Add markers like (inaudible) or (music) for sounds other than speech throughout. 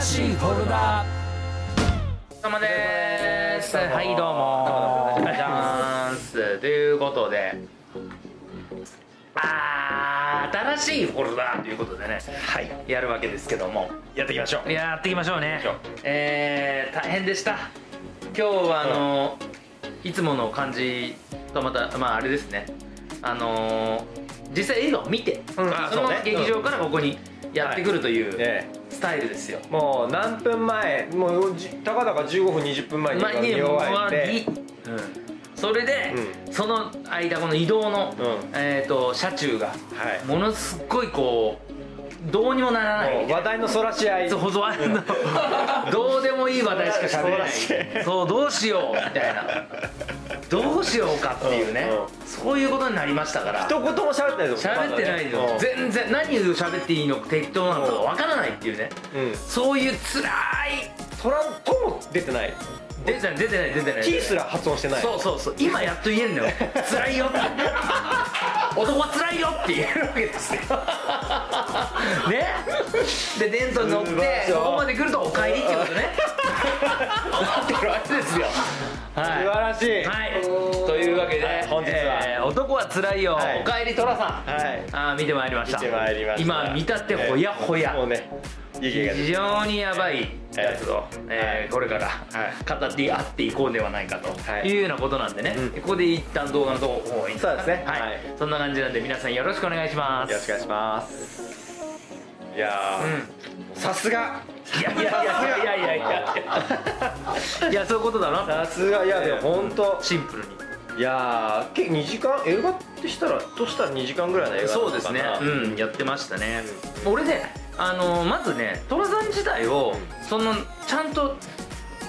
新しいフォルダお疲れ様ですはいどうもじゃーんすということであー新しいフォルダーということでねはいやるわけですけどもやっていきましょうやっていきましょうねきましょうえー、大変でした今日はあの、いつもの感じとまたまああれですねあのー実際映画を見て、あそそのうね劇場からここにやってくるというえスタイルですよ、えもう何分前もうじたかだか15分20分前に前に見終わってそれで、その間この移動の、うんえー、と車中が、はいものすっごいこうどうにもならないもう話題のそらし合いそうそうあの (laughs) どうでもいい話題しかしゃべれないそうだねそうどうしようみたいなどうしようかっていうね、うんうそういうことになりましたから一言も喋ってないぞ喋ってないの、まだね全然何を喋っていいのか適当なのかわからないっていうねうんうんそういう辛いトランとも出てない出てない出てない出てない T すら発音してないそうそうそう今やっと言えるのよ辛いよって男は辛いよって言えるわけですよねで電灯に乗って素晴らしいここまで来るとお帰りってことね思ってるわけですよは素い晴らしいはい、というわけで、はい本日はえー男は辛いよ、はいおかえり寅さん」はいあー見てまいりました見てまいりました今見たってほやほや、もうね湯気が出非て常にやばいやつを、えーこれから語って合っていこうではないかと、はいい、うようなことなんでね、うんここで一旦動画のとこ方にそうですねはいはいそんな感じなんで皆さんよろしくお願いしますよろしくお願いしますいやーさすがうん、いやい (laughs) やいやいやいやいやいやいやそういうことだなさすがいやでも本当シンプルにいやー結構2時間映画ってしたらとしたら2時間ぐらいの映画だそうったでかすねなうんやってましたね、俺ねあのまずね寅さん自体をそのちゃんと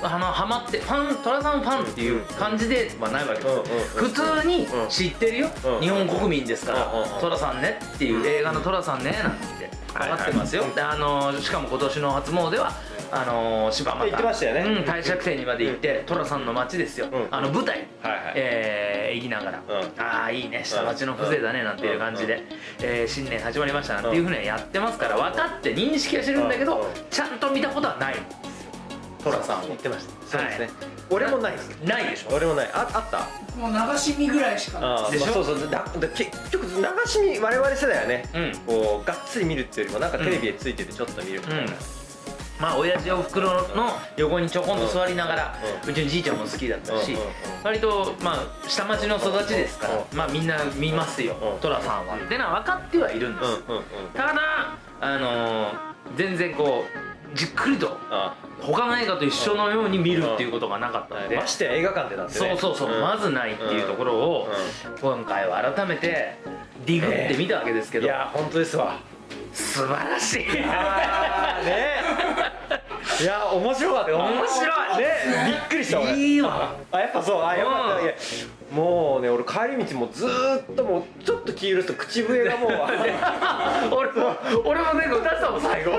あのハマってファン寅さんファンっていう感じではないわけですよ、うんうん普通にうん知ってるよ、うん日本国民ですからうんうんうん寅、さんねっていう映画の寅さんねなんてはい分かってますよ、であのしかも今年の初詣はあの柴又行ってましたよねうん、帝釈天にまで行って寅さんの町ですよ、うんあの舞台、はいはいえー行きながら、うんああいいね下町の風情だねなんていう感じで、えー新年始まりましたなんていうふうにはやってますから分かって認識はしてるんだけうんどちゃんと見たことはない寅さん言をってましたそうですねはい俺もないですないでしょ俺もないああったもう流し見ぐらいしかないあーでしょまあそうそうだだ結局流し見我々世代はねうんこうがっつり見るっていうよりもなんかテレビでついててちょっと見るみたいなまあ親父おふくろの横にちょこんと座りながらううちのじいちゃんも好きだったしうんうんうん割とまあ下町の育ちですからうまあみんな見ますようん寅さんはってのは分かってはいるんですうんうんただあのー全然こうじっくりとあ他の映画と一緒のように見るっていうことがなかったのでましてや映画館でなんてねそうそうそう、んまずないっていうところを、今回は改めてディグってみたわけですけいど、やー本当ですわ素晴らしいあー (laughs) ねいやー面白かったよ面白いねびっくりした俺いいわ (laughs) あやっぱそうあよかっうたんいやもうね俺帰り道もずーっともうちょっと気許すと口笛が (laughs) もう (laughs) 俺も俺もね歌ったもん最後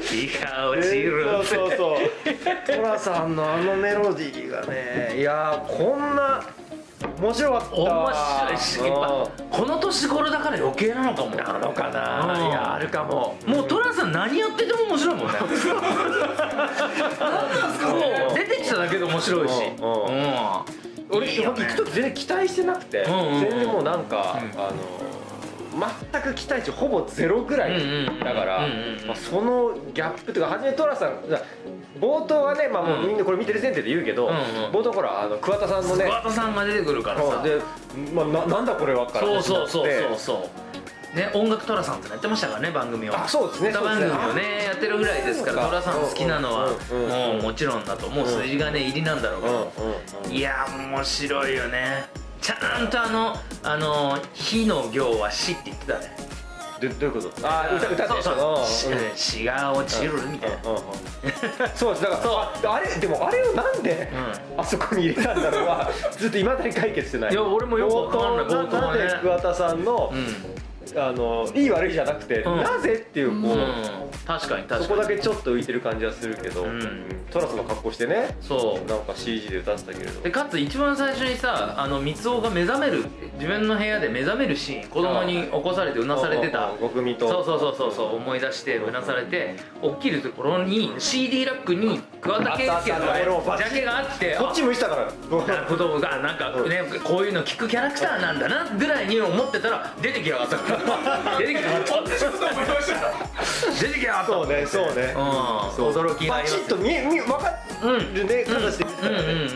日が落ちるそうそうそうトラさんのあのメロディーがねいやーこんな面白かった面白いしやっうんぱこの年頃だから余計なのかもなのかなうんいやあるかももう寅さん何やってても面白いもんねもう出てきただけで面白いしうんうんうん俺いいよ行ねく時全然期待してなくてんうんうん全然もうなんかうんあの全く期待値ほぼゼロぐらいだからうんうんうんうんまあそのギャップというか初めトラさんだ冒頭はねまあもうみんなこれ見てる前提で言うけどうんうん冒頭ほらあの桑田さんのね桑田さんが出てくるからうさんでまあななんだこれはからそうそうそう始そまうってそうね音楽寅さんってやってましたからね番組をあそうですね歌そうで番すね組をねやってるぐらいですからそうか寅さん好きなのはうんうんうんもうもちろんだともう筋金入りなんだろうけうんどうんうんいや面白いよねちゃんとあの「あの火の行は死」って言ってたねでどういうことあー歌歌ってそうそうしうん「死が落ちる」みたいなうんう (laughs) んうんそうですだからああれでもあれをなんであそこに入れたんだろう (laughs) はずっといまだに解決してないいや俺もよくわかんない冒頭冒頭はねんで桑田さんのうんあのいい悪いじゃなくて、うんなぜっていうこう、うん確かに確かにそこだけちょっと浮いてる感じはするけど、うんトラスの格好してねそうなんか CG で歌ってたけれどでかつ一番最初にさあの三尾が目覚める自分の部屋で目覚めるシーン子供に起こされてうなされてた極みとそうそうそうそうそう思い出してうなされて起きるところに CD ラックに桑田佳祐あったあったメロンのパンジャケがあってこっち向いてたからなるほどがなんかねこういうの聞くキャラクターなんだなぐらいに思ってたら出てきやがった出てきやがった出てきやがったそうねそうねうん驚きになバりまチすッと見え見え分かうんるね形で見てたうんうらねんうん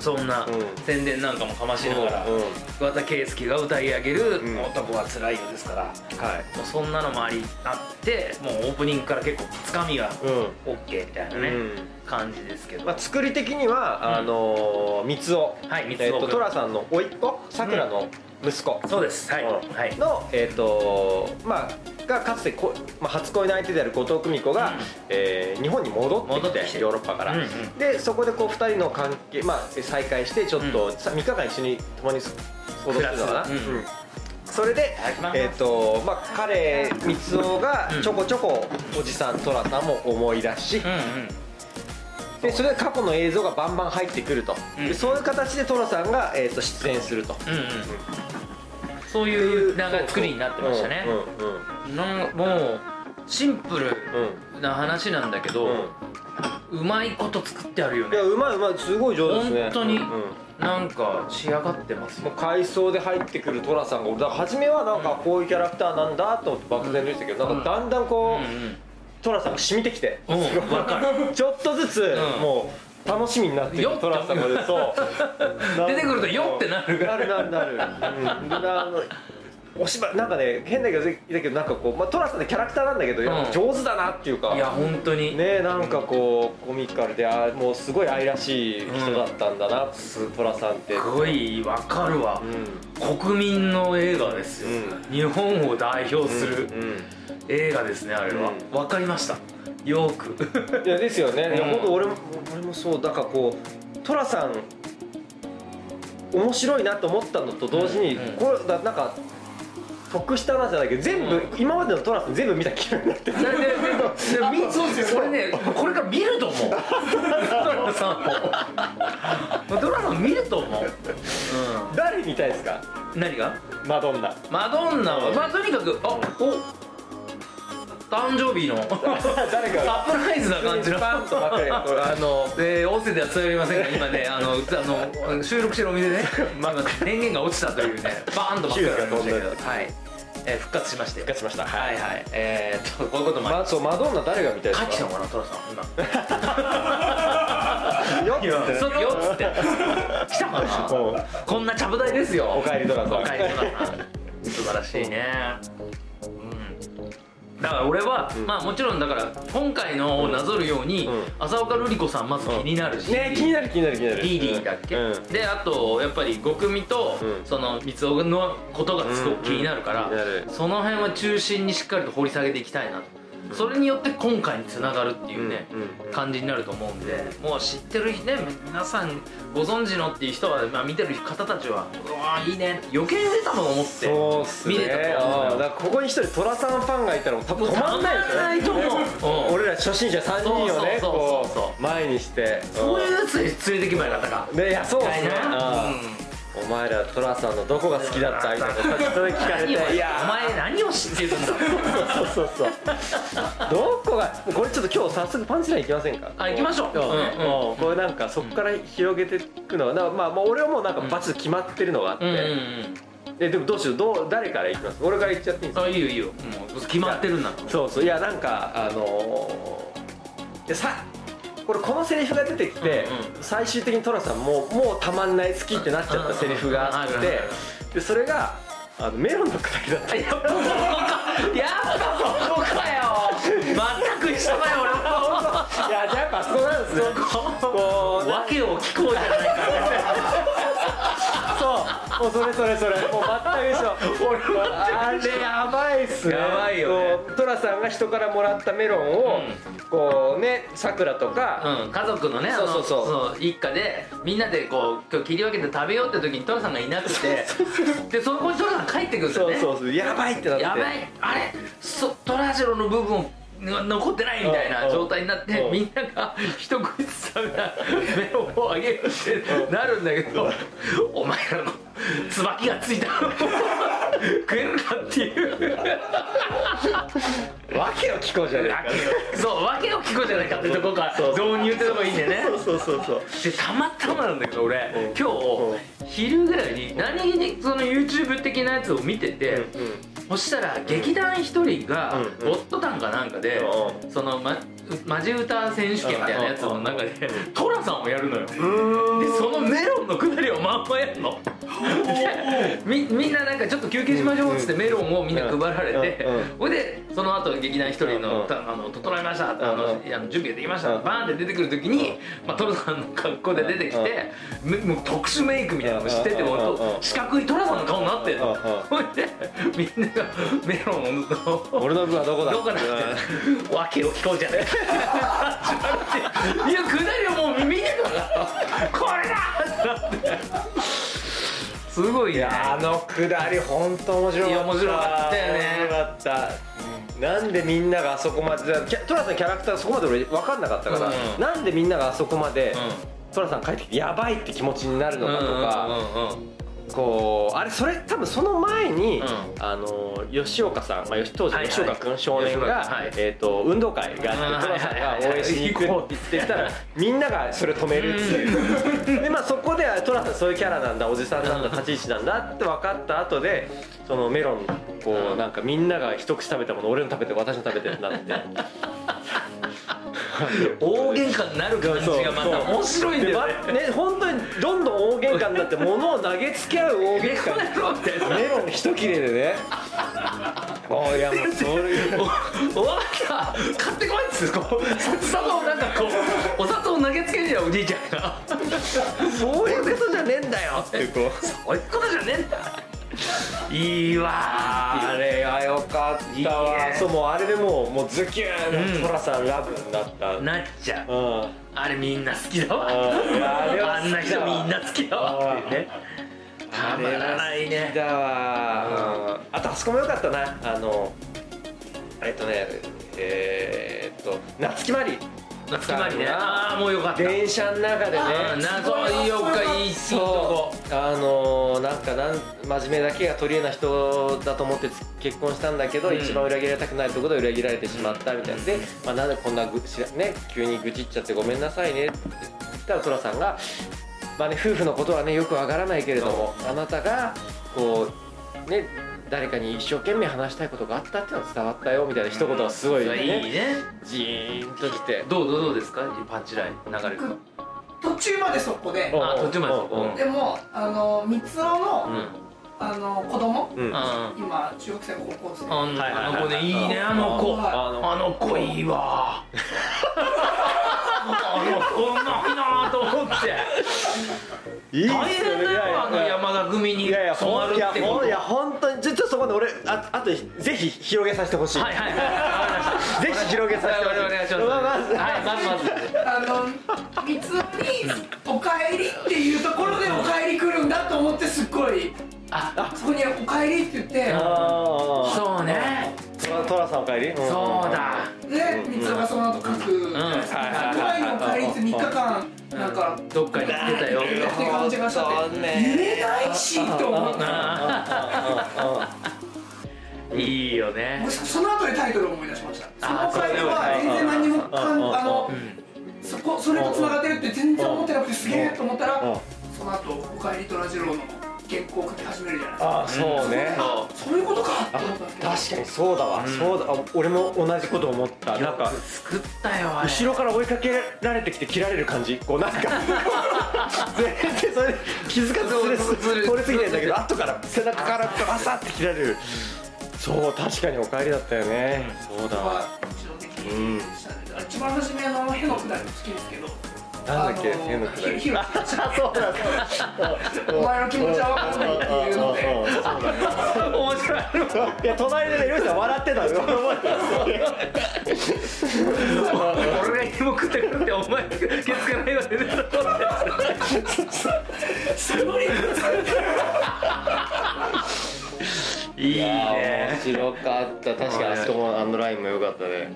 そんなうん宣伝なんかもかましながらうんうん桑田佳祐が歌い上げるうん「男はつらいよ」ですからはいもうそんなのもありあってもうオープニングから結構つかみがうん OK みたいなうねん感じですけどまあ、作り的には、んあのー、三つお、はい三つおえっと君寅さんの甥っ子さくらの息子、そうですはいうんはいのえっ、とまあがかつてこ、まあ、初恋の相手である後藤久美子が、うんえー日本に戻ってきて戻ってきてヨーロッパから、うんうんでそこでこう2人の関係、まあ、再会してちょっと、さ3日間一緒に共に暮戻っらてすたかな、うんうんそれでただきま、すえっとまあ、彼三つおがうんちょこちょこおじさん寅さんも思い出し、うんうんでそれで過去の映像がバンバン入ってくると、うんでそういう形でトラさんが、えー、と出演すると。うんうんそういうなんか作りになってましたねうんうんなんもうシンプうルんな話なんだけうどんうまいこと作ってあるよいねやうまいうまいすごい上手ですね本当にうんうんなんか仕上がってますもよう回想で入ってくるトラさんが俺だから初めはなんかこういうキャラクターなんだと思って漠然としてたけど、なんかだんだんうこんう、トラさんが染みてきて、うんうんわかるちょっとずつ、うんもう楽しみになってくよっるトラさんが出そう (laughs) 出てくるとよってなるなるなるなる、うん、なあのお芝居なんかね変だけどだけどなんかこう、まあ、トラさんってキャラクターなんだけど、やっぱ上手だなっていうかいや本当にねなんかこうコミカルであもうすごい愛らしい人だったんだな、トラさんってすごいわかるわうん国民の映画ですよう日本を代表するう映画ですねあれはうわかりましたよーくんいや (laughs) ですよね、いやうん本当俺も俺もそうだからこうトラさん面白いなと思ったのと同時に、うんうんこれだなんか得した話じゃないけど全部、今までのトラさん全部見た気分になってるなんでででみ俺ねこれから見る (laughs) と思うドラマさんをドラマ見ると思う、誰見たいですかうん、何がマドンナ (laughs) マドンナは、まあ、とにかくあお誕生日 (laughs) の誰がサプライズな感じのパンとばっかりこれあのえー、音声では伝わり (laughs) ませんが今ねあのあの収録してるお店でね、まあ、電源が落ちたというねバーンとばっかりありましたけど、はいえー復活しまして復活しましたはいはいえー、っとこういうこともありまそうマドンナ誰が見たいです帰かってきたのかなトラさん (laughs) よ今っつってねそれよっつって来たかなうんこんなちゃぶ台ですよおかえりドラさんおかえりドラさん素晴らしいねうんだから俺は、まあもちろんだから今回のをなぞるように、うん浅岡瑠璃子さんまず気になるし、ね気になる気になる気になるリーリーだっけ、うんであとやっぱり五組と、うんその三尾のことがすごく気になるから、うんうん気になるその辺は中心にしっかりと掘り下げていきたいなと、それによって今回につながるっていうね、うんうんうん感じになると思うんで、もう知ってるね皆さんご存知のっていう人は、まあ、見てる方たちはうわーいいね余計出たもの思ってそうっすね見れたとあ思うんだーよだからここに一人寅さんファンがいたらもう多分止まんないです止まんないとよね思ううん俺ら初心者3人をねそうそうそうそうこう前にしてそういうやつで連れてけばよかったかうんねいやそうっすねみたいなうんうんお前ら寅さんのどこが好きだったみたいなこと人に聞かれ何をていやお前何を知ってるんだそうそうそうどこがもうこれちょっと今日早速パンチライン行きませんかあ行きましょううんうんうんうんこれなんかそこから広げていくのはなんかまあまあ俺はもうなんかバツ決まってるのがあっうんうんてえでもどうしようどう誰から行きます俺から行っちゃっていいんですうんかあいいよいいよもう決まってるんだそうそういやなんかあのー、でさこれこのセリフが出てきて、うんう最終的に寅さんももうたまんない好きってなっちゃったセリフがあっうんうんうんうんてでそれがあのメロンの砕きだったやっぱそこかやっぱそこかよ全く一緒だよ俺もいやじゃあやっぱそこなんですねこうわけを聞こうじゃないかそうもうそれそれそれもう全く一緒あれやばいっすねやばいよねこうトラさんが人からもらったメロンを、こうねさくらとか、うん、家族のねあのそうそうそ一家でみんなでこう今日切り分けて食べようって時にトラさんがいなくてでそこにトラさん帰ってくるんですよそうねそうそうやばいってなってやばいあれそトラジロの部分が残ってないみたいな状態になってうんみんなが一口ずつ食べたメロンをあげるってなるんだけどお前らの椿がついたのを食えるかっていうわけを聞こうじゃないかそう訳を聞こうじゃないかってとこが導入ってとこいいんだよねそうそうそうそうでたまたまなんだけど俺うん今日昼ぐらいに何気にその YouTube 的なやつを見てて、そしたら劇団一人がうんゴッドタンかなんかで、うそのまマジ歌選手権みたいなやつの中でトラさんをやるのよでそのメロンのくだりをまんまやるのでみみんななんかちょっと休憩しましょうっつってメロンをみんな配られてうんうんほいでその後劇団一人うんうの「んたあの整いました」あのうんいやあの準備ができましたうんバーンって出てくる時に、まあ、トラさんの格好で出てきて、めもう特殊メイクみたいなのしてて、うんもううん四角いトラさんの顔になってんの、うんほいでみんながメロンを俺の分はどこだどうかなって訳を聞こうじゃないいやくだりをもう見てたからこれだってなってすごいねあのくだり本当面白かったいや面白かったよね面白かったなんでみんながあそこまでキャトラさんのキャラクターそこまで俺分かんなかったから、うんなんでみんながあそこまで、うトラさん帰ってきてやばいって気持ちになるうのんうんかとか、うんうんこうあれそれ多分その前に、うあの吉岡さん、まあ、吉当時はのいはい吉岡君少年が、吉岡君はいえー、と運動会があってうん寅さんがはいはいはい応援しに行くって言ってたらみんながそれ止めるっていうでまあそこで寅さんそういうキャラなんだおじさんなんだ立ち位置なんだって分かった後でそのメロンこうんうなんかみんなが一口食べたもの俺の食べて私の食べてってなって大喧嘩になる感じがまた面白いんだでよまねね本当にどんどん大喧嘩になって物を投げつけ合う大喧嘩にメロン一切れでね。あいやもうそれおおばあちゃん買ってこいっつってこう砂糖なんかこうお砂糖投げつけるじゃんおじいちゃんがそういうことじゃねえんだよってこう。そういうことじゃねえんだいいわーあれがよかったいいわ。ねそうもうあれでもうもうズキューうんントラさんラブになった。うん。なっちゃうああれみんな好きだわーいやあれはあ好きだわんな人みんな好きだわっていうねたまらないれは好きねだわ。うんあとあそこもよかったなあのえっとねえーっと夏木マリ夏決まりねああもうよかった電車の中でね。うん謎いよかいいいとこそうあのーなんかなん真面目だけが取り柄な人だと思ってつ結婚したんだけど、うん一番裏切られたくないところで裏切られてしまったみたいなで、まあ、なんでこんなぐしら、ね、急に愚痴っちゃってごめんなさいねって言ったら寅さんが、まあね、夫婦のことはねよくわからないけれどもあなたがこうね誰かに一生懸命話したいことがあったっていうのは伝わったよみたいな一言がすごいいいね、ねジーンときて。どうどうどうですかパンチライン流れるか途中までそこであ途中までうんうんでもあの三つ男うのんあの子供うんあ今中学生高校生あはいはいはいの子ねいいねあの子はいあのあの子いいわあの子うまいなと思っていいっすよ大変だいやいよやあの山田組にいやいや、染まほんるいやってことほんいや本当にちょっとそこで俺ああとぜひ広げさせてほしい。はいはいはいぜひ広げさせてほしい。お願いしますまあまずはいまずまずあの三つ男に「おかえり」っていうところで「おかえり来るんだ」と思ってすっごいあそこに「おかえり」って言っあそうあ。ねトラさんお帰り。んそう。だてで三つ男がその後書くじゃないですかうんはい書く前に「おかえり」って3日間なんかどっかに行ってたよって感じがしたって寝れないしと思ってあーいいよねその後でタイトルを思い出しましたそあーの回では全然何もかうんうんんあのそこそれと繋がってるって全然思ってなくてすげえと思ったうんらその後おかえりとラジローの原稿を書き始めるじゃないですかあそうね。そそういうことかって思ったんですけ確かどにそうだわ。そうだ。あ俺も同じこと思った。うなんかよく。作ったよあれ後ろから追いかけられてきて切られる感じこうなんか (laughs) 全然それ気づかそずうそうそそれれ通り過ぎてんだけど後から背中からバサッて切られるそう確かにお帰りだったよねそうだは自動的にしたんで、一番初めの「へ」のくだりも好きですけどなんだっけ変なくだりひろしそうだそうだお前の気持ちはわかんないっていうのでうんうんうんそうだね面白いいや隣でね漁師さん笑ってたの (laughs) 俺が芋食ってくってお前気付かないわけで (laughs) すごいいいね面白かった確かにあそこもあのラインも良かったね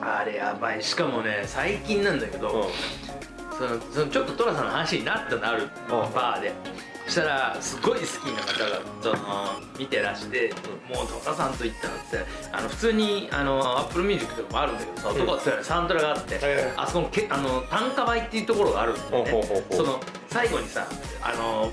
あれやばいしかもね最近なんだけど、そのそのちょっと寅さんの話になったのあるバーでそしたらすごい好きな方がその見てらして「もう寅さんと行ったら」ってあの普通にあのアップルミュージックとかもあるんだけどさ男は強いのにサントラがあって、あそこのけあの単価倍っていうところがあるんだよねほうほうほうほうその最後にさあの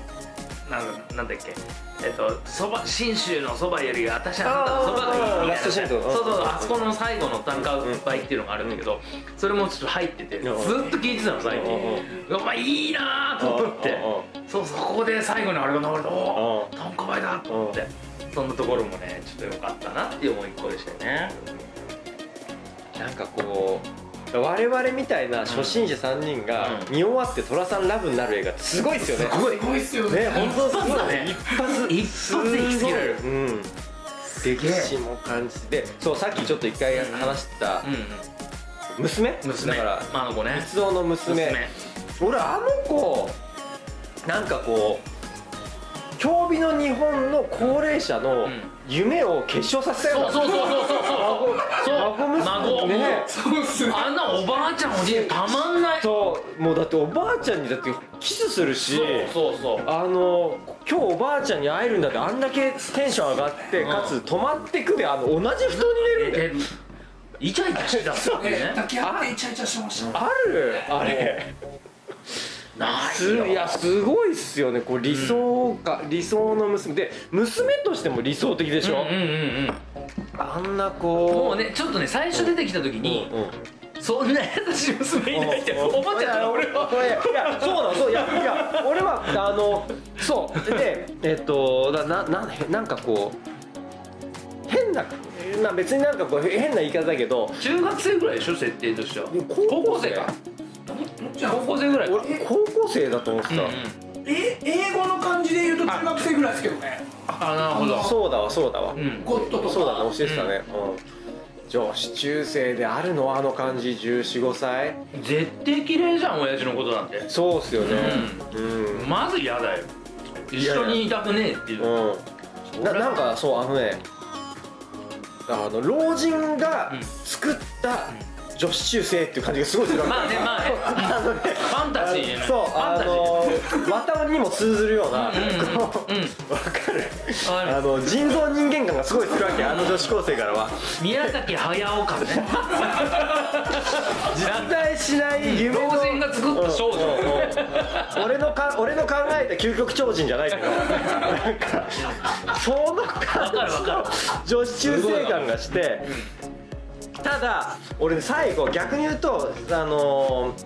なんなんだっけえっと、そば信州のそばより私はあなたのそばがいいみたいなラストシーンとそうそうそうあそこの最後の単価倍っていうのがあるんだけどそれもちょっと入っててずっと聞いてたの最近うわいいなーと思ってそうそうここで最後にあれが流れておお単価倍だと思ってそんなところもねちょっと良かったなっていう思いっこでしたよねなんかこう我々みたいな初心者3人が見終わって寅さんラブになる映画ってすごいですよねごいすごいっすよねね本当すごい一発一発で引きつけられるうん歴史も感じてでそうさっきちょっと一回話したうん娘うん娘だからまああの子ね鉄道の娘俺あの子なんかこう競技の日本の高齢者のん夢を結晶させたようなそうそうそうそうそうそう孫娘孫ねそうっすねあんなおばあちゃんおじいちゃんたまんないそうもうだっておばあちゃんにだってキスするしそうそうあの今日おばあちゃんに会えるんだってあんだけテンション上がってうんかつ泊まってくであの同じ布団に寝るんだよでイチャイチャしてたんだよねね抱き合ってイチャイチャしてましたあるあれないすよいやすごいっすよねこう理想か、理想の娘で娘としても理想的でしょ、うんうんうんあんなうんもこうねちょっとね最初出てきた時にう、うんそんな優しい娘いないっておばちゃんだ俺ははいやいやそうなのそういやいや俺はあのそうでえっとななななんかこう変なな別になんかこう変な言い方だけど中学生ぐらいでしょ設定としては高高校生かじゃあ高校生ぐらいか俺高校生だと思ってうんた、うんえ英語の感じで言うと中学生ぐらいですけどねあなるほどそうだわそうだわ、うんゴッドとそうだかね教えてたね、うん女子中生であるのあの感じ1415歳絶対綺麗じゃん親父のことなんてそうっすよねうん、まず嫌だよ一緒にいたくねえっていううん、ななんかそうあのねあの老人がうん作った女子中生っていう感じがすごいするわけまあねまあねあのねファンタジーねそうファンあタジーの綿にも通ずるようなうんこううんわかるわかるあの人造人間感がすごいするわけあの女子高生からは宮崎駿かね絶対しない夢の老人が作った少女うんうんうん俺のか俺の考えた究極超人じゃないけどなんかその感わかるわじかの (laughs) 女子中生感がしてただ俺ね最後逆に言うとあのー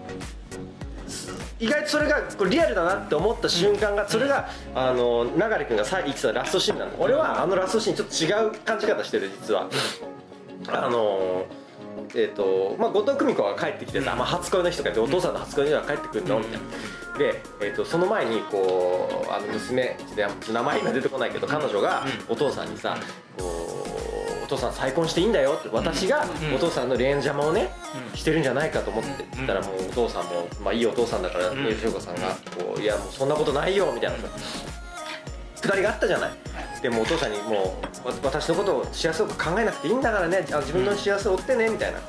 す意外とそれがこうリアルだなって思った瞬間がそれがあのー流君がさ言ってたラストシーンなの俺はあのラストシーンちょっと違う感じ方してる実はあのーえーとまあ、後藤久美子が帰ってきてさ、まあ、初恋の人がいてお父さんの初恋の人が帰ってくるのみたいなで、えー、とその前にこうあの娘で名前が出てこないけど彼女がお父さんにさこうお父さん再婚していいんだよって私がうんお父さんの恋愛の邪魔をねうんしてるんじゃないかと思ってうんったらもうお父さんも、まあ、いいお父さんだからんね翔子さんがこう「いやもうそんなことないよ」みたいなさくだりがあったじゃないでもお父さんにもうわ「私のことを幸せを考えなくていいんだからねあ自分の幸せを追ってね」みたいな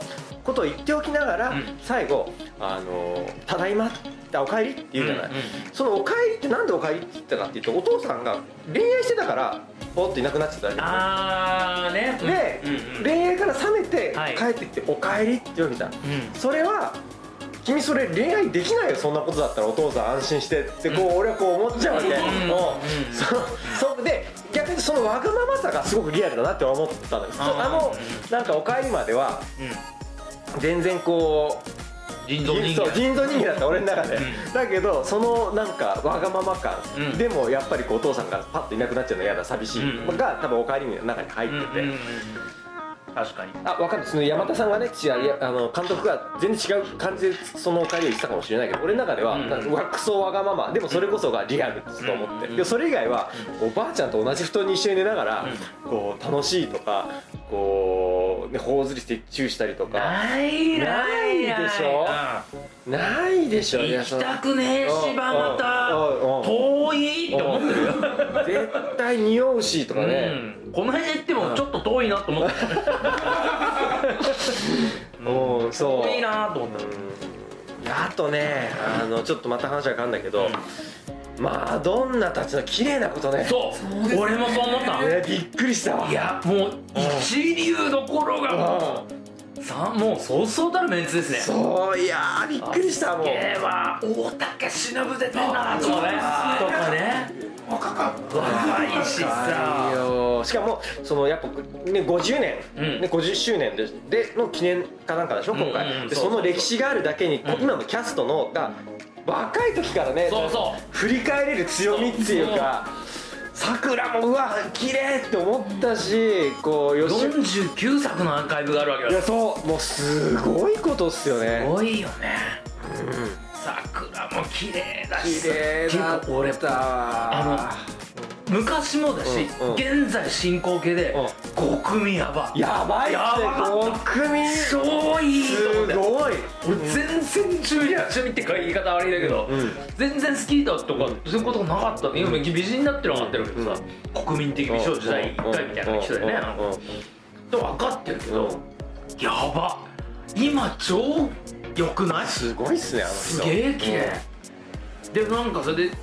ことを言っておきながら、うん最後「あのただいま」って「おかえり」って言うじゃない、うんうんその「おかえり」ってなんで「おかえり」って言ったかっていうとお父さんが恋愛してたからポッといなくなっちゃっただけあーねで、うんうん恋愛から冷めてはい帰ってきて「おかえり」って言うみたいなうんそれは君それ恋愛できないよそんなことだったらお父さん安心してってこう俺はこう思っちゃうわけ、うんもううんそそで逆にそのわがままさがすごくリアルだなって思ったのよそあーあのなんか「おかえり」までは全然こう人造人人間そう人造人間だった俺の中で、んだけどそのなんかわがまま感、うんでもやっぱりこうお父さんがパッといなくなっちゃうの嫌だ寂しい、うんが多分「おかえり」の中に入ってて、うんうんうん確かにあ分かるその山田さんがね違ういやあの監督が全然違う感じでそのおかりを言ってたかもしれないけど俺の中では、うんなんかうわクソわがままでもそれこそがリアルと思って、うんでそれ以外は、おばあちゃんと同じ布団に一緒に寝ながら、こう楽しいとかこう、ね、頬ずりしてチューしたりとかないないないでしょないでしょいや行そきのたくねえ柴又うんうん遠いと思ってるよ絶対匂うしとかね、うんこの辺行ってもちょっと遠いなと思ってうんそう遠いなと思ってうんあとねあのちょっとまた話は変わるんだけど、まあどんなたちの綺麗なことねそう俺もそう思ったねびっくりしたわいやもう一流どころがもうさもうそうそうたるメンツですねそういやーびっくりしたもうええわ大竹しのぶ出てんなとかねとかね若かった若いしいいさよしかもそのやっぱ、ね、50年、うんね、50周年ででの記念かなんかでしょ今回、うんうんうんでそうそそうそうの歴史があるだけに、こ今のキャストのが若い時からねそうそう振り返れる強みっていうかさくらもうわ綺麗って思ったしこうよし49作のアーカイブがあるわけだいやそうもうすごいことっすよすねごいよね桜も綺麗だし綺麗だ結構俺あの昔もだし、うんうん現在進行形で5組やばやばいってやばかっ5組たす超いいと思ってごい俺全然中に中にって言い方悪いんだけど、全然好きだとかそういうことがなかったね今美人になってるのは分かってるけどさ、国民的美少女第1回みたいな人だよねあのと分かってるけど、やば今超良くないすごいっすねあの人すげえ綺麗、でなんかそれで、ね、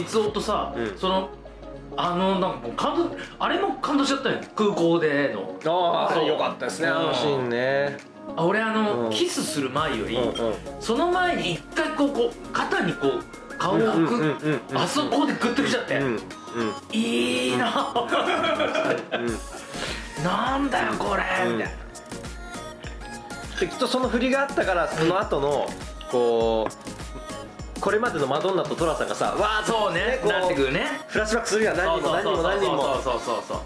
三尾とさ、うんそのあのなんかもう感動あれも感動しちゃったよね空港でのああそうよかったですねうんあのシーンねあ俺あの、うんキスする前より、うんうんその前に一回こうこう肩にこう顔をうん置うんうんうんくあそこでグッときちゃって、うんうんいいな、なんだよこれ、みたいできっとその振りがあったからその後のこうこれまでのマドンナとトラさんがさわなあそうねこうなってくるねフラッシュバックするやん何人も何人も何人もそうそうそうそ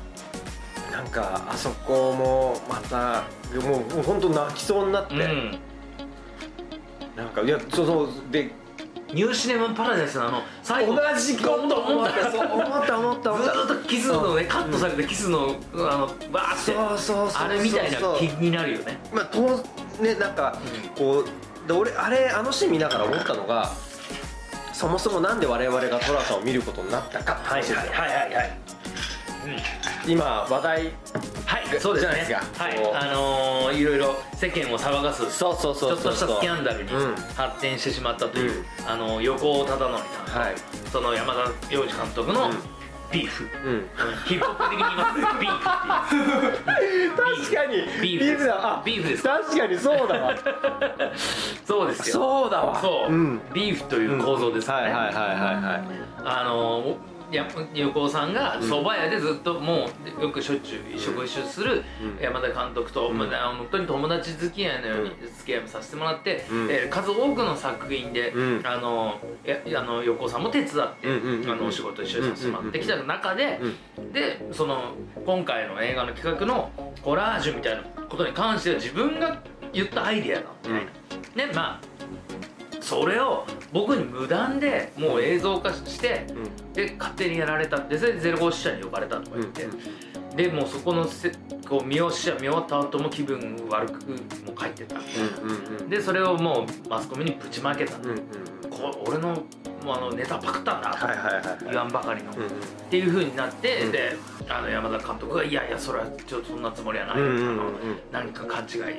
うなんかあそこもまたもうもう本当泣きそうになってそううんなんかいやそうそうでニューシネマパラダイスのあの最後同じこと思ったそう思った思った思ずったーっとキスのねカットされてキスのあのバーっそてうそうそうあれみたいなそう気そうになるよねまあとねなんかこうで俺あれあのシーン見ながら思ったのがそもそもなんで我々がトラさんを見ることになったかって話ですよはいはいはい今話題はいそうでじすねゃないですかはいそうあのーいろいろ世間を騒がすそうそうそうそうちょっとしたスキャンダルにうん発展してしまったという、うんあの横尾忠則さん、はいその山田洋次監督のうんビーフ、うんヒップホップ的に言いますねビーフっていう確かにビーフビーフだあビーフです確かにそうだわそうですよそうだわそう、うんビーフという構造ですよはね、いはいはいはいはいあのや横尾さんが蕎麦屋でずっともうよくしょっちゅう一緒ご一緒するうん山田監督と、まあ本当に友達付き合いのように付き合いもさせてもらって、うんえー数多くの作品で、うんあのやあの横尾さんも手伝って、うんうんうんうんあのお仕事一緒にさせてもらってきた中で、でその今回の映画の企画のコラージュみたいなことに関しては自分が言ったアイディアだみたいな。ねまあそれを僕に無断でもう映像化して、で勝手にやられたってそれでゼロ号支社に呼ばれたとか言って、でもうそこのせこう見よう支社見終わった後も気分悪くもう帰ってた、うんうんうんでそれをもうマスコミにぶちまけた、うんうんこ俺のもうあのネタパクったんだとはいはいはい言わんばかりの、うんっていうふうになって、であの山田監督が「いやいやそれはちょっとそんなつもりはない」うんうんうんうんあの何か勘違いされ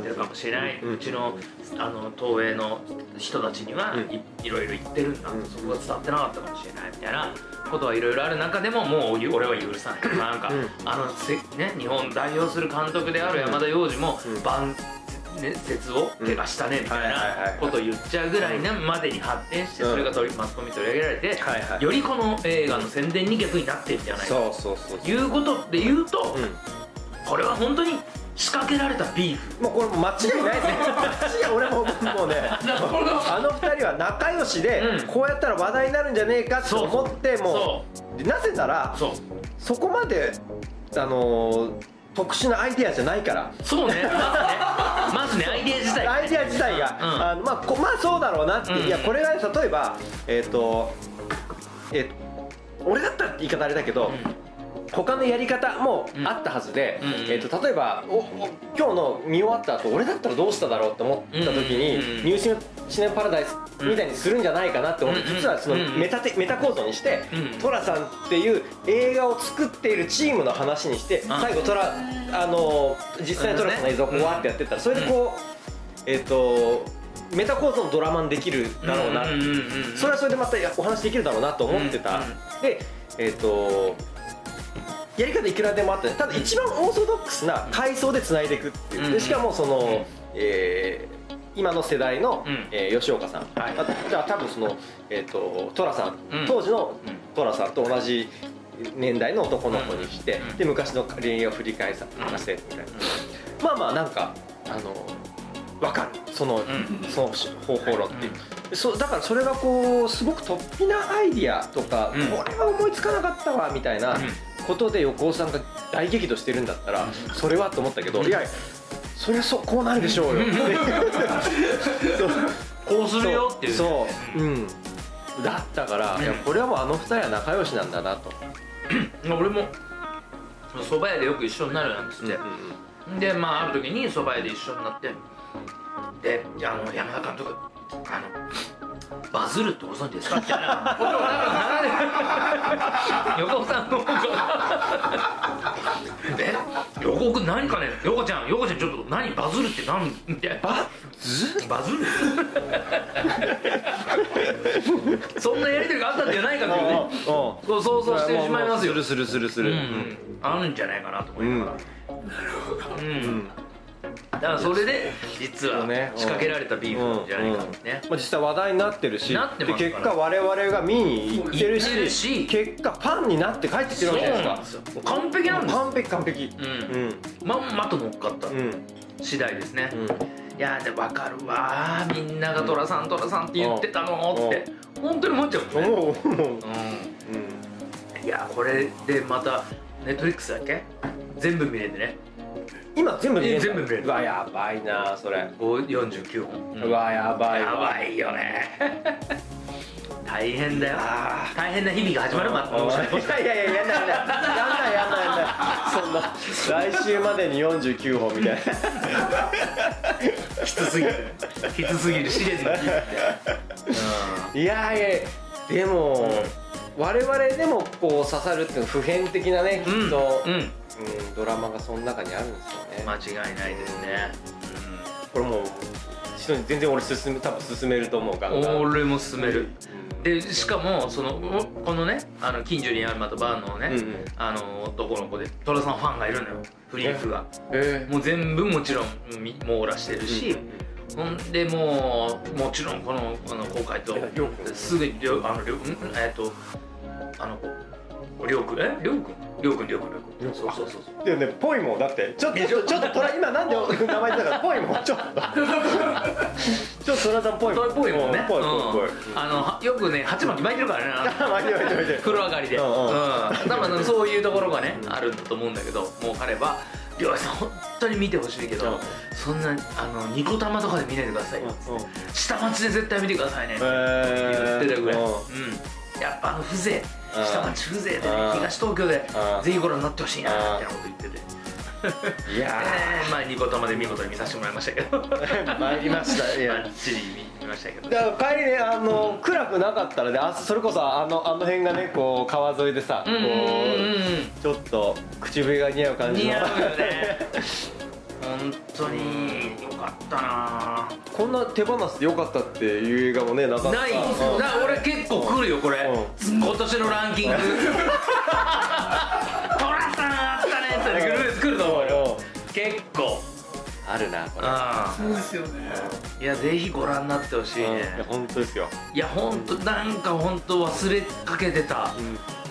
てるかもしれない、ううんうんちのあの東映の人たちにはうんい,、ろいろ言ってるんだ、そこが伝わってなかったかもしれないみたいなことはいろいろある中でももう俺は許さないなんか、うんあのせ、ね、日本を代表する監督である山田洋次もうん万ね、節を怪我したねみたいはいはいはいはないことを言っちゃうぐらいなまでに発展してうんそれが取りマスコミに取り上げられて、はいはいよりこの映画の宣伝に逆になってるんじゃないかそうそうそうということで言うと、うんこれは本当に仕掛けられたビーフもうこれ間違いないですね間違い俺ももうねあの二人は仲良しで、うんこうやったら話題になるんじゃねえかってそう思ってもうそでなぜならそうそこまであのー特殊なアイデアじゃないからそうねまずねまずねアイデア自体アイデア自体が、うんあのまあ、こまあそうだろうなって、うんいやこれが例えばえっ、とえー俺だったらって言い方あれだけど、他のやり方もあったはずで、うんうんえー、と例えばおお今日の見終わった後俺だったらどうしただろうって思った時うんうんうんうに「んニューシネパラダイス」みたいにするんじゃないかなって思ってうんうん実はそのうんうんメタテメタ構造にしてうんトラさんっていう映画を作っているチームの話にしてあ最後トラあの実際にトラさんの映像をこうわってやってったらそれでこうえっとメタ構造のドラマにできるだろうなっうてんうんうんうんそれはそれでまたお話できるだろうなと思ってた、うんでえっ、とやり方いくらでもあったねただ一番オーソドックスな階層でつないでいくっていう、うんでしかもその、んえー今の世代の、うんえー吉岡さん、はいあじゃあ多分その、えー、と寅さん、うん当時のうん寅さんと同じ年代の男の子にして、うんで昔の恋愛を振り返させてみたいな、まあまあなんかあの分かるその、うんその方法論っていうは、そうだからそれがこうすごく突飛なアイディアとか、うんこれは思いつかなかったわみたいなことで横尾さんが大激怒してるんだったら、それはと思ったけど、うんいやそりゃそうこうなるでしょうよ、こうするよっていうそうそう、うん、だったから、いやこれはもうあの二人は仲良しなんだなと、俺も蕎麦屋でよく一緒になるなんつって、でまあある時に蕎麦屋で一緒になってでいやあの山田監督あのバズるってご存知です (laughs) かみたいなことをなんか流れて横尾さんの方 (laughs) から「え横尾君何かね横ちゃん横ちゃんちょっと何バズるって何?」みたいなバズバズるそんなやり取りがあったんじゃないかというねうそう想像してしまいますよするするするすうる、ん、あるんじゃないかなと思いながら、うんんだからそれで実はねうん仕掛けられたビーフなんじゃないかってね、まあ、実際話題になってるしなってますからで結果我々が見に行ってるし行ってるし結果ファンになって帰ってきてるわけじゃないですかそうなんですよ完璧なんです完璧完璧うんうんまんまと乗っかったうん次第ですね、いやーで分かるわーみんなが「寅さん寅さん」って言ってたのーって本当に思っちゃうもんね、もうもううん、いやーこれでまたネットリックスだっけ全部見れてね今全部見れる全部見れるうわやばいなそれ49本、うわやばいやわばいよね (laughs) 大変だよ大変な日々が始まるまもしかしいやいやいややんないやんないやんないやんないやんないそんな来週までに49本みたい (laughs) なてきつすぎる (laughs) きつすぎる試練の日々っていやいやでも、我々でもこう刺さるっていうのは普遍的なねきっうんと、うんうんドラマがその中にあるんですよね、間違いないですねこれもう人に全然俺進む多分進めると思うからうんうん俺も勧めるでしかもそのおこのねあの近所にあるまたバーのね、うんうんあの男の子で寅さんファンがいるのよフリークがえもう全部もちろんみ網羅してるし、ほんでもうもちろんこのこの公開とりょうくんすぐにりょうあのりょうんえっとあの子りょうくんえりょうくんりょうくんりょうくんりょうくんそうそうそうそうでもねぽいもんだってちょっとちょっとちょっとトラ今なんで名前言ったからぽいもんちょっ (laughs) とちょっとトラさんぽいそもんれっぽいもんねぽいぽいぽい、うんあのはよくね鉢巻き巻いてるからねあの (laughs) あ待って待って待って風呂上がりで、ううんんうん多分そういうところがね、あるんだと思うんだけどもう彼は「りょうさん本当に見てほしいけど、そんなあのニコ玉とかで見ないでくださいよ」下町で絶対見てくださいね」え言ってたぐらい、ううんん、やっぱあの風情うん下町風情でねうん東東京でうんぜひご覧になってほしいなうんみたいなこと言ってて。いやえー、まあニコ玉で見事に見させてもらいましたけどバー参りました (laughs) いやッチリ見見ましたけどだから帰りねあの、暗くなかったらねあそれこそあのあの辺がねこう川沿いでさ、うんうんこうんちょっと口笛が似合うう感んじの似合う (laughs) よね本当によかったなこんな手放しでよかったっていう映画もねなかったないうんな俺結構来るよこれう今年のランキングトラさんあったねって来る来ると思うよ結構あるなこれあそうですよねあいやぜひご覧になってほしいうんいねや本当ですよいや本当なんか本当忘れかけてんた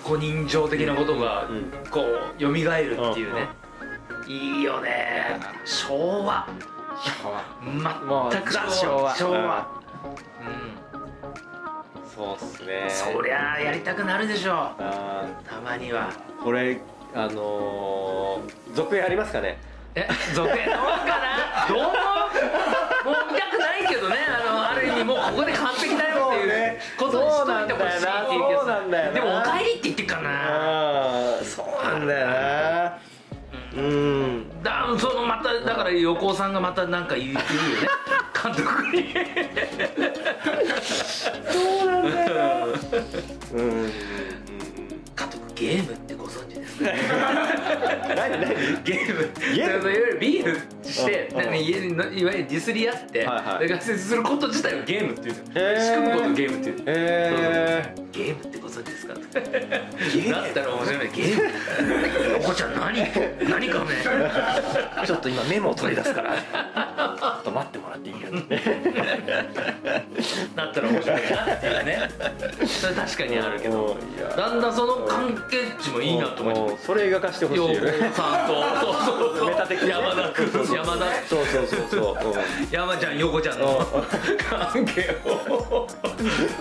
こう人情的なことがこう蘇るっていうねいいよね昭和もう全く昭和昭和そうっすねうんそりゃあやりたくなるでしょうあたまにはーこれあのー、続編ありますかねえ続編どうかな (laughs) どう思うもう見たくないけどねあのある意味もうここで完璧だよってそういうねことにしといてほしいっていう気がそうなんだよなするでも「おかえり」って言ってっからなああそうなんだよなうんだそのまただから横尾さんがまたなん (laughs) か言う言うよね監督にうん監督ゲームってご存知ですか何何ゲーム (laughs) ゲームそのいわゆるビーフしてうんなんか家にのいわゆるディスり合ってはいはいで合戦すること自体をゲームっていうのへー仕組むことをゲームっていうのえゲームってご存知ですかってだったら面白いねゲ (laughs) ーム横ちゃん何何かねー、ちょっと今メモを取り出すからちょっと待ってもらっていいかなだったら面白い (laughs) なっていうねそれ確かにあるけどどいやだんだんその関係値もいいなと思ってもうそれ映画化してほしい陽よ子ねさんとそうそうそうメタ的にね山田君山田そうそうそうそう山ちゃん横ちゃんの関係を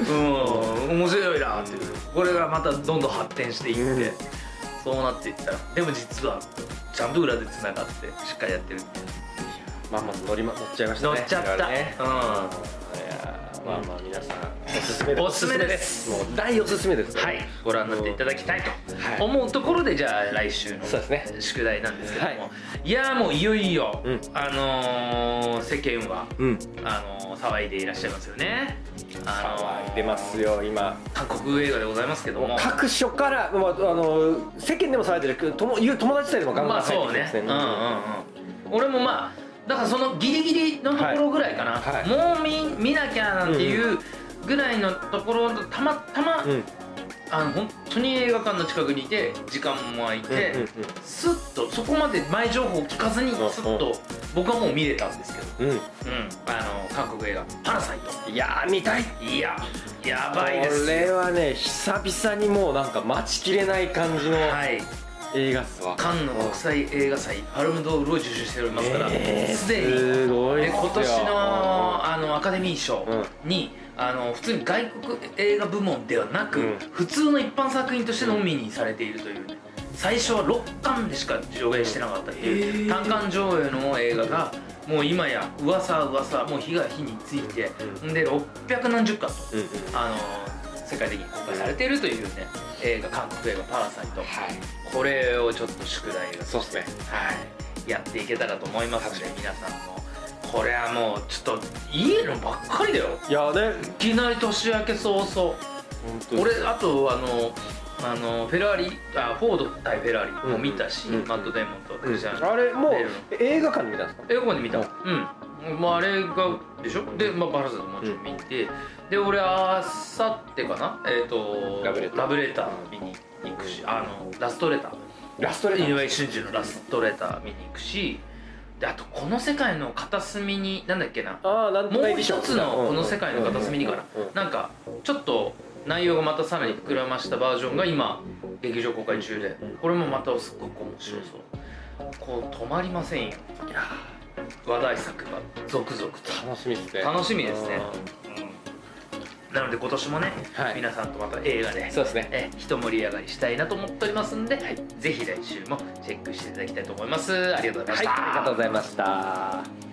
うん面白いなっていうこれがまたどんどん発展していって、そうなっていったらでも実はちゃんと裏でつながってしっかりやってるっていうまあまあ乗りま乗っちゃいました乗ねっちゃった、ねういやーまあまあ皆さんおすすめですおすすめですもう大おすすめですんはいご覧になっていただきたいはいと思うところでじゃあ来週のそうですね宿題なんですけども、、はいやーもういよいよ、うんあのー世間は、うんあのー騒いでいらっしゃいますよね、あのー騒いでますよ今韓国映画でございますけども各所から、まあ、あの世間でも騒いでるけど友友達でもガンまガンあ騒そいうできねてますうね、んうんうん俺もまあだからそのギリギリのところぐらいかな、はいもう見見なきゃなんていうぐらいのところたまたま、うんあの本当に映画館の近くにいて時間も空いて、うんうんスッとそこまで前情報聞かずにスんッと僕はもう見れたんですけど、うん、うん、あの韓国映画「パラサイトうんいやー見たい」いややばいですこれはね久々にもうなんか待ちきれない感じのはい映画っすわ、カンヌ国際映画祭パルムドールを受賞しておりますからえーすで、にすごいっですよ今年のあのアカデミー賞に、あの普通に外国映画部門ではなく、うん普通の一般作品としてのみにされているというね、最初は6巻でしか上映してなかったっていう、単館上映の映画がもう今や噂は噂もう火が火について、ん、で600何十巻と、うんうんあの世界的に公開されているというね映画韓国映画「パラサイト」これをちょっと宿題がそうっすねはい、やっていけたらと思いますので皆さんもこれはもうちょっと家のばっかりだよいやねいきなり年明け早々本当に俺あとあのあのフェラーリあフォード対フェラーリも見たし、うんうんマット・デーモンとクリスチャン・あれもうベールの映画館で見たんですか英語で見たうん、まあ、あれがでしょで、まあ、バランスともちろん見て、で俺あさってかなえっ、とラブレターター見に行くし、あのラストレターラストレタ井ー上俊二のラストレター見に行くしであと「この世界の片隅に」なんだっけなああなんともかうエディショ一ンつの「この世界の片隅に」かなうんうんうんなんかちょっと内容がまたさらに膨らましたバージョンが今劇場公開中でこれもまたすっごく面白そうこう止まりませんよ話題作が続々と楽しみですね楽しみですねうんなので今年もね、はい皆さんとまた映画でそうですねえ一盛り上がりしたいなと思っておりますんで、ぜひ来週もチェックしていただきたいと思いますありがとうございました、ありがとうございました